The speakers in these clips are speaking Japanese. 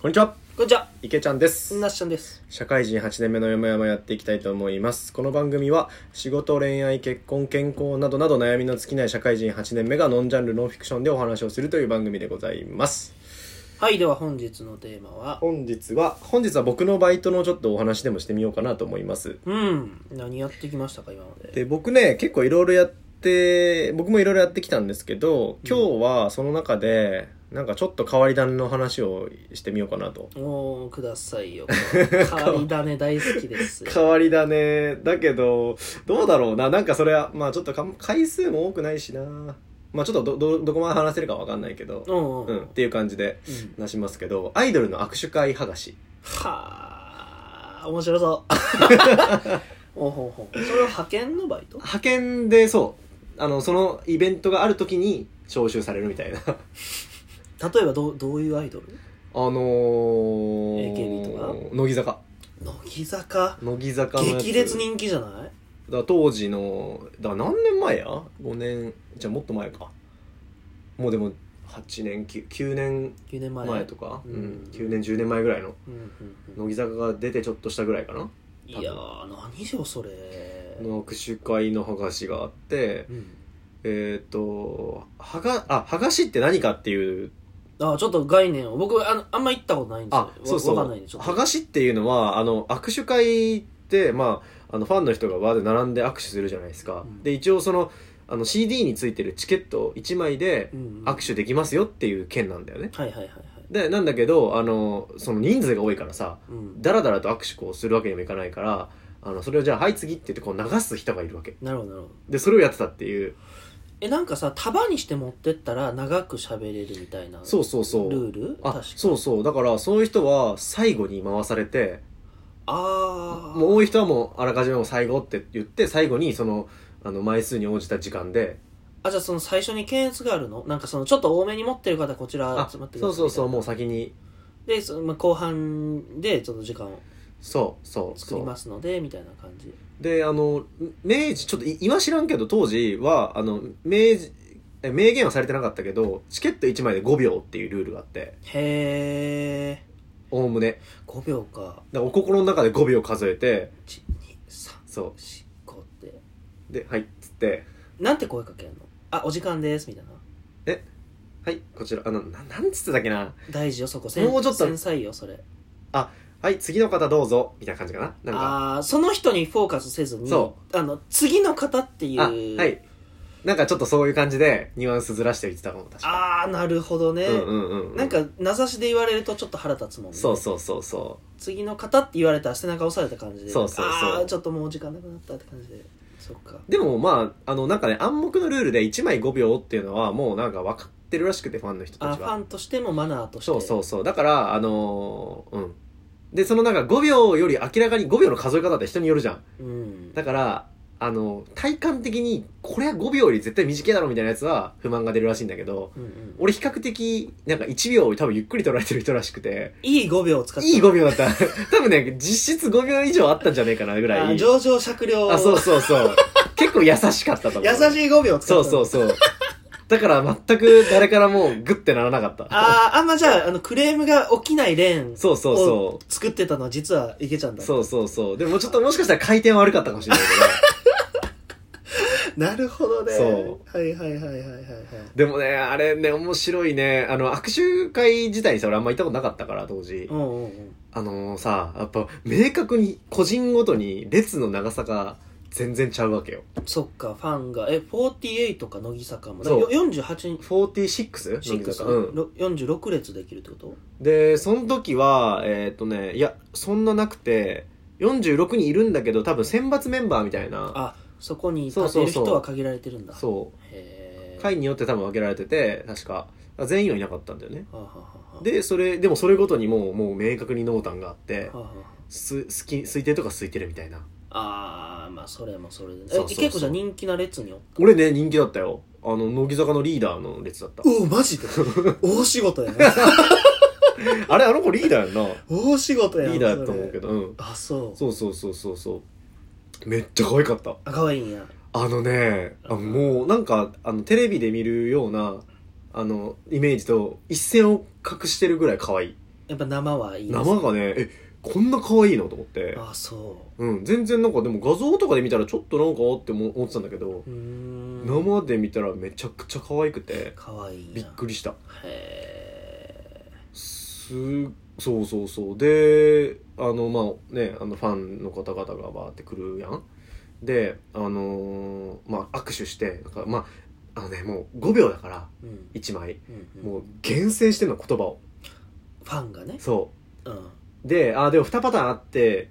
こんにちはこんにちは、池ちゃんですなっしゃんです。社会人8年目のよもやまやっていきたいと思いますこの番組は仕事恋愛結婚健康などなど悩みの尽きない社会人8年目がノンジャンルノンフィクションでお話をするという番組でございますはい、では本日のテーマは、本日は本日は僕のバイトのちょっとお話でもしてみようかなと思いますうん、何やってきましたか、今まで。で僕ね結構いろいろやって僕もいろいろやってきたんですけど今日はその中でなんかちょっと変わり種の話をしてみようかなとおー、くだ さいよ。変わり種大好きです。変わりだねだけどどうだろうななんかそれはまあちょっとか回数も多くないしなまあちょっとどどどこまで話せるかわかんないけどうん、ううんっん。ていう感じで話しますけどアイドルの握手会剥がしはー、面白そう。おほほ。それは派遣のバイト派遣でそうあのそのイベントがある時に招集されるみたいな あ例えばどう、どういうアイドルのー、 AKB とか乃木坂乃木坂、乃木坂のやつ激烈人気じゃないだから当時のだから何年前や5年じゃあもっと前かもうでも8年 9, 9年 ?9 年前。前とか、ううんん、9年10年前ぐらいのうんうんうん乃木坂が出てちょっとしたぐらいかな、いやー、何よ、それ。の握手会の剥がしがあってうん。えっ、と剥があ剥がしって何かっていうあー、ちょっと概念を。僕、あのあんま行ったことないんですよ。あそうそうわかんないんで、ちょっと。剥がしっていうのはあの握手会って、まあ、あのファンの人がわーで並んで握手するじゃないですか、うんで一応そのあの CD についてるチケット1枚で握手できますよっていう件なんだよね、手はいはいはいはい、でなんだけどあのその人数が多いからさうん、ダラダラと握手こうするわけにもいかないからあのそれをじゃあ「はい次」って言ってこう流す人がいるわけなるほどなるほどでそれをやってたっていうえなんかさ束にして持ってったら長く喋れるみたいなそうそうそうルール確あかそうそうだからそういう人は最後に回されてあーもう多い人はもうあらかじめもう最後って言って最後にそのあの枚数に応じた時間であじゃあその最初に検閲があるのなんかそのちょっと多めに持ってる方こちらあ集そまってくださいうそうそうみもう先にたいなでその、まあ、後半でちょっと時間をそうそう作そりうますのでみたいな感じであの明治ちょっとい今知らんけど当時はあの明治え明言はされてなかったけどチケット1枚で5秒っていうルールがあってへえおおむね5秒かだからお心の中で5秒数えて12345そってうで「はい」っつってなんて声かけるのあお時間ですみたいな「はいこちらあのななんつってたっけな大事よそこもうちょっと繊細よそれはい次の方どうぞ」みたいな感じかななんかあーその人にフォーカスせずにそあの次の方っていうあはいなんかちょっとそういう感じでニュアンスずらして言ってたかも確かあーなるほどね、うんうんうんうんなんか名指しで言われるとちょっと腹立つもんねそうそうそうそ次の方って言われたら背中押された感じでそうそうそうあーちょっともう時間なくなったって感じでそっかうでもまああのなんかね暗黙のルールで1枚5秒っていうのはもうなんか分かってるらしくてファンの人あたーちフはァンとしてもマナーとしてそうそうそうだからあのーうんでそのなんか5秒より明らかに5秒の数え方って人によるじゃんう、うん、だから、あの、体感的に、これは5秒より絶対短いだろみたいなやつは不満が出るらしいんだけど、うんうん、俺比較的、なんか1秒を多分ゆっくり取られてる人らしくて、いい5秒を使っていい5秒だった。 多分ね、実質5秒以上あったんじゃないかなぐらあーい。上々酌量あ、そうそうそう。結構優しかったと思う。優しい5秒を使そうったそうそう。だから全く誰からもグッてならなかった。あーあんまじゃああのクレームが起きないレーンそうそうそう。作ってたのは実はいけちゃうんだそうそうそう。でもちょっともしかしたら回転悪かったかもしれないけなるほどね。。そうはいはいはいはいはいはい。ど。でもね、あれね、面白いね。あの、握手会自体さ、俺あんま行ったことなかったから、当時う。んうんうん。あのさ、やっぱ明確に個人ごとに列の長さが全然ちゃうわけよ。そっか、ファンが。え、48か乃木坂も。そうよ48人、 46? 乃木6坂うん。ろ46列できるってことで、その時は、えーっとね、いや、そんななくて、46人いるんだけど、多分選抜メンバーみたいな。あ、そこにそう立そてうるそう人は限られてるんだ。そへう。ー会によって多分分けられてて、確か。全員はいなかったんだよね。はあはあはあ、で、それ、でもそれごとにもう、もう明確に濃淡があっては、あはす、好き、空いてるとか空いてるみたいな。ああー、まあそれもそれでね。え、そうそうそう結構じゃあ人気な列におった。俺ね、人気だったよ。あの、乃木坂のリーダーの列だった。おお、マジで大仕事やね。あれ、あの子リーダー やんな。大仕事やリーダーやと思うけど。ど、うん。あ、そう。そうそうそうそうそう。めっちゃ可愛かった。あ、かわいいんや。あのね、あもうなんか、あの、テレビで見るような、あの、イメージと一線を隠してるぐらい可愛い。やっぱ生はいいです生がねえこんな可愛いのと思ってあそうん全然なんかでも画像とかで見たらちょっとなんかあって思思ってたんだけどううーん生で見たらめちゃくちゃ可愛くてかわいいびっくりりしたへすそうそうそうであのまあねあのファンの方々がバーって来るやんであのーまあ握手してなんかまああのねもう5秒だからえ、うん1枚うんうん、もう厳選してんの言葉をファンがねそうんうであでも2パターンあって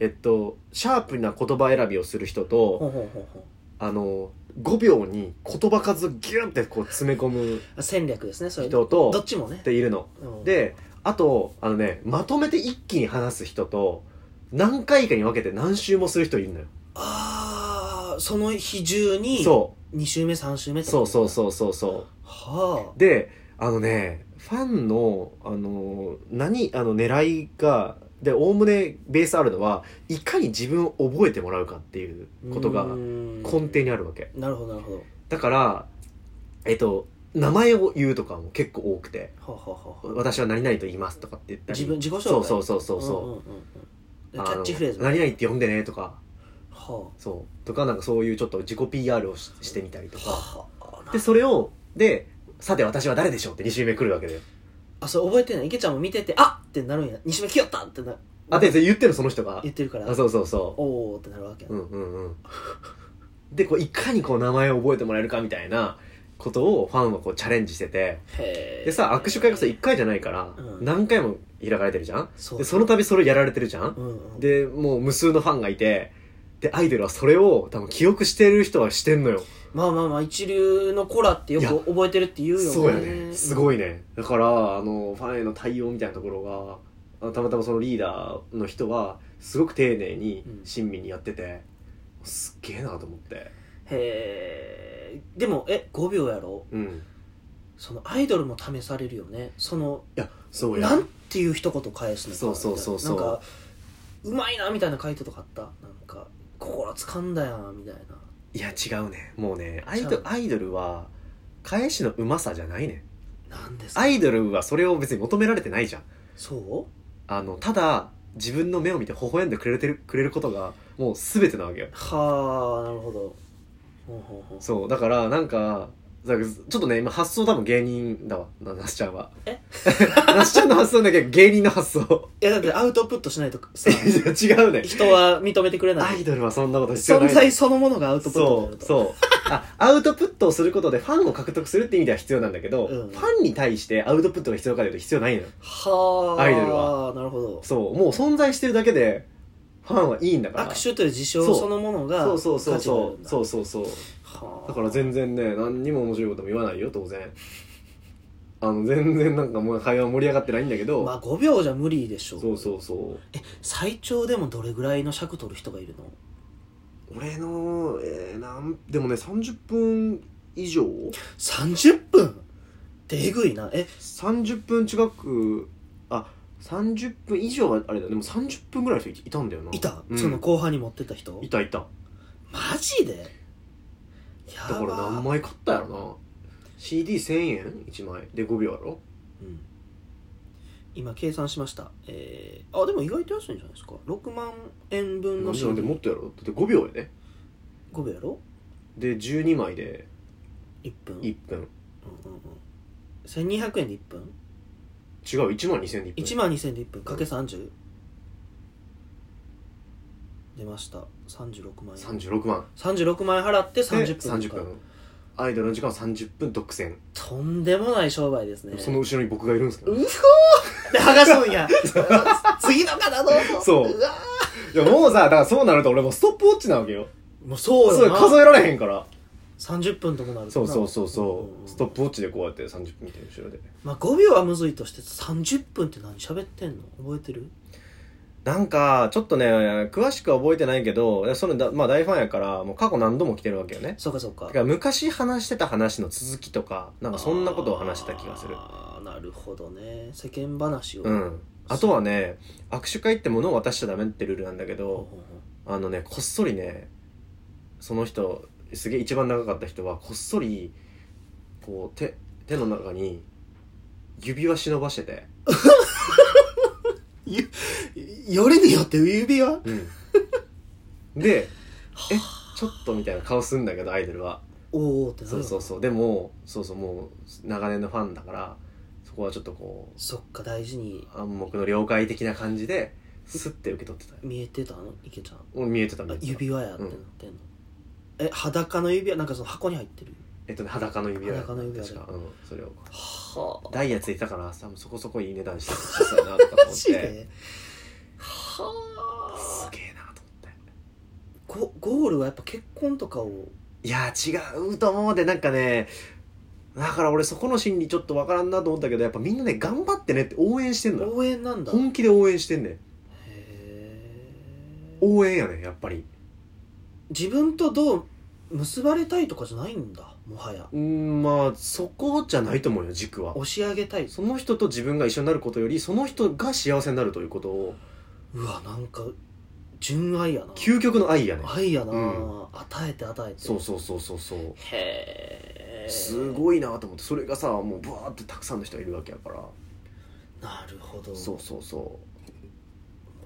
えっとシャープな言葉選びをする人ほとうほうほうほうあの5秒に言葉数ギュンってこう詰め込むあ戦略ですねそれ人どとっちもねっているのうんであとあのねまとめて一気に話す人と何回かに分けて何周もする人いるのよ、ああその日中にそ2週目3週目うそうそううそうそうそはうであのねファンのあのー何あの狙いがでおおむねベースあるのはいかに自分を覚えてもらうかっていうあことが根底にあるわけになるほどなるほどだからえっと名前を言うとかも結構多くてはあ、はあはあはあ、私は何々と言いますとかって言ったり自分自己紹介そうそうそうそうそう、んんうんうん、あのキャッチフレーズ何々って呼んでねとかはそうとかなんかそういうちょっと自己 PR をししてみたりとあかはあなでそれをでさて私は誰でしょうって2周目来るわけであそれ覚えてない池ちゃんも見ててあっってなるんや西目来よったってなあでそれ言ってるのその人が言ってるからあそうそうそおおってなるわけやううんうんうんでこういかにこう名前を覚えてもらえるかみたいなことをファンはこうチャレンジしててへえでさ握手会がさ1回じゃないからうん何回も開かれてるじゃんそうでその度それやられてるじゃんうんうん、でもう無数のファンがいてでアイドルはそれを多分記憶してる人はしてんのよまあまあまあ一流の子らってよいやく覚えてるって言うよねそうやねすいごいねだからあのファンへの対応みたいなところがあのたまたまそのリーダーの人はすごく丁寧にうん親身にやってて、すっげえなと思ってへえでもえ5秒やろうんそのアイドルも試されるよねそのいやそうやなんていう一言返すのかそうそうそうそうなんかうまいなみたいな書いてとかあったなんか心掴んだやんみたいないや違うねもうねアイちゃドうアイドルは返しのうまさじゃないねなんですかアイドルはそれを別に求められてないじゃんそあのただ自分の目を見て微笑んでくれてるくれることがもう全てなわけようはあなるほどほうほうほうそうだからなんかだからちょっとね今発想多分芸人だわななしちゃんはえ なしちゃんの発想だけど芸人の発想いやだってアウトプット しないとさいや違うね人は認めてくれ なアいイドルはそんなこと必要な存い在そのものがアウトプットにそなるうとそうあアウトプットをすることでファンを獲得するって意味では必要なんだけど、うんファンに対してアウトプットが必要かというと必要ないのよはあアイドルはなるほどそうもう存在してるだけでファンはいいんだから握手という事象そうそのものがそうそうそうそうそううそうそうはあだから全然ね何にも面白いことも言わないよ当然あの全然なんかもう会話盛り上がってないんだけど、まあ5秒じゃ無理でしょそうそうそうえ最長でもどれぐらいの尺取る人がいるの俺の、えー、なんでもね30分以上30分ってえぐいなえ30分近くあ30分以上はあれだでも30分ぐらいの人いたんだよないいた、うんその後半に持ってた人いたいたマジでやばだから何枚買ったやろな CD1000 円1枚で5秒やろうん、今計算しましたえー、あでも意外と安いんじゃないですか6万円分なんのでなんで CD5 もっとやろだって5秒やで秒やろで12枚で1分1分うんうんうん、1200円で1分違う1万2000円で1分 ?1 万2000円で1分かけ30出ました36万円36万36万円払って30分で30分アイドルの時間は30分独占、とんでもない商売ですねその後ろに僕がいるんですけど、うそーって剥がすんや次の方どうぞそうわいやもうさだからそうなると俺もうストップウォッチなわけよーもうそうそうよな数えられへんから30分ともなるとそうなそうそうそんんうストップウォッチでこうやって30分見てる後ろでまあ、5秒はむずいとして30分って何喋ってんの覚えてるなんかちょっとね詳しくは覚えてないけどいやそれだ、まあ、大ファンやからもう過去何度も来てるわけよねそうかそうかだから昔話してた話の続きとかなんかそんなことを話してた気がするあーなるほどね世間話を、うんあとはね握手会って物を渡しちゃダメってルールなんだけほうほどうほうあのねこっそりねその人すげえ一番長かった人はこっそりこう手手の中に指輪忍ばしててよりによって指輪うん、 で「えちょっと」みたいな顔すんだけどアイドルはおおってなるそうそううそうでもそうそうもう長年のファンだからそこはちょっとこそっか大事にう暗黙の了解的な感じでスッて受け取ってたよ見えてたの池ちゃんもう見えてた見あえてた指輪やってなってんの、え裸の指輪なんかその箱に入ってるえっとね裸の指輪裸の指輪確か、うん、それをはあダイヤついてたから多分そこそこいい値段してたそうやなとか思マっジてではすあげえなと思ってゴゴールはやっぱ結婚とかをいやー違うと思うでなんかねだから俺そこの心理ちょっとわからんなと思ったけどやっぱみんなね頑張ってねって応援してんのよ応援なんだへ本気で応援してんねんえ応援やねんやっぱり自分とどう結ばれたいとかじゃないんだもはやうんまあそこじゃないと思うよ軸は押し上げたいその人と自分が一緒になることよりその人が幸せになるということをうわなんか純愛やな究極の愛やねん愛やな、うん与えて与えてそうそうそうそうそうへえすいごいなと思ってそれがさもうブワーってたくさんの人がいるわけやからなるほどそうそうそ面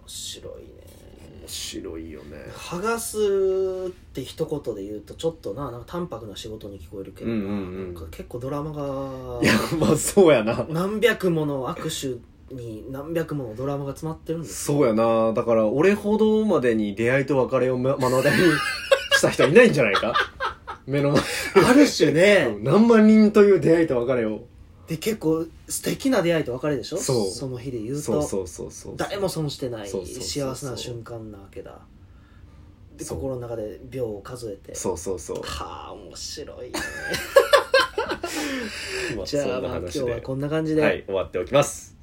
白いうね面白いよね剥がすって一言で言うとちょっとななんか淡白な仕事に聞こえるけどな、うんうんうんなんか結構ドラマがいやまあそうやな何百もの握手に何百ものドラマが詰まってるんですそうやなだから俺ほどまでに出会いと別れをま目の当たりにした人はいないんじゃない か目の前 ある種ねうん何万人という出会いと別れをで結構素敵な出会いと別れでしょそうの日で言うとそうそうそうそう誰も損してないそうそうそうそう幸せな瞬間なわけだでそう心の中で秒を数えてそうそうそうはあ面白 いねまじゃあまあ今日はこんな感じで、はい終わっておきます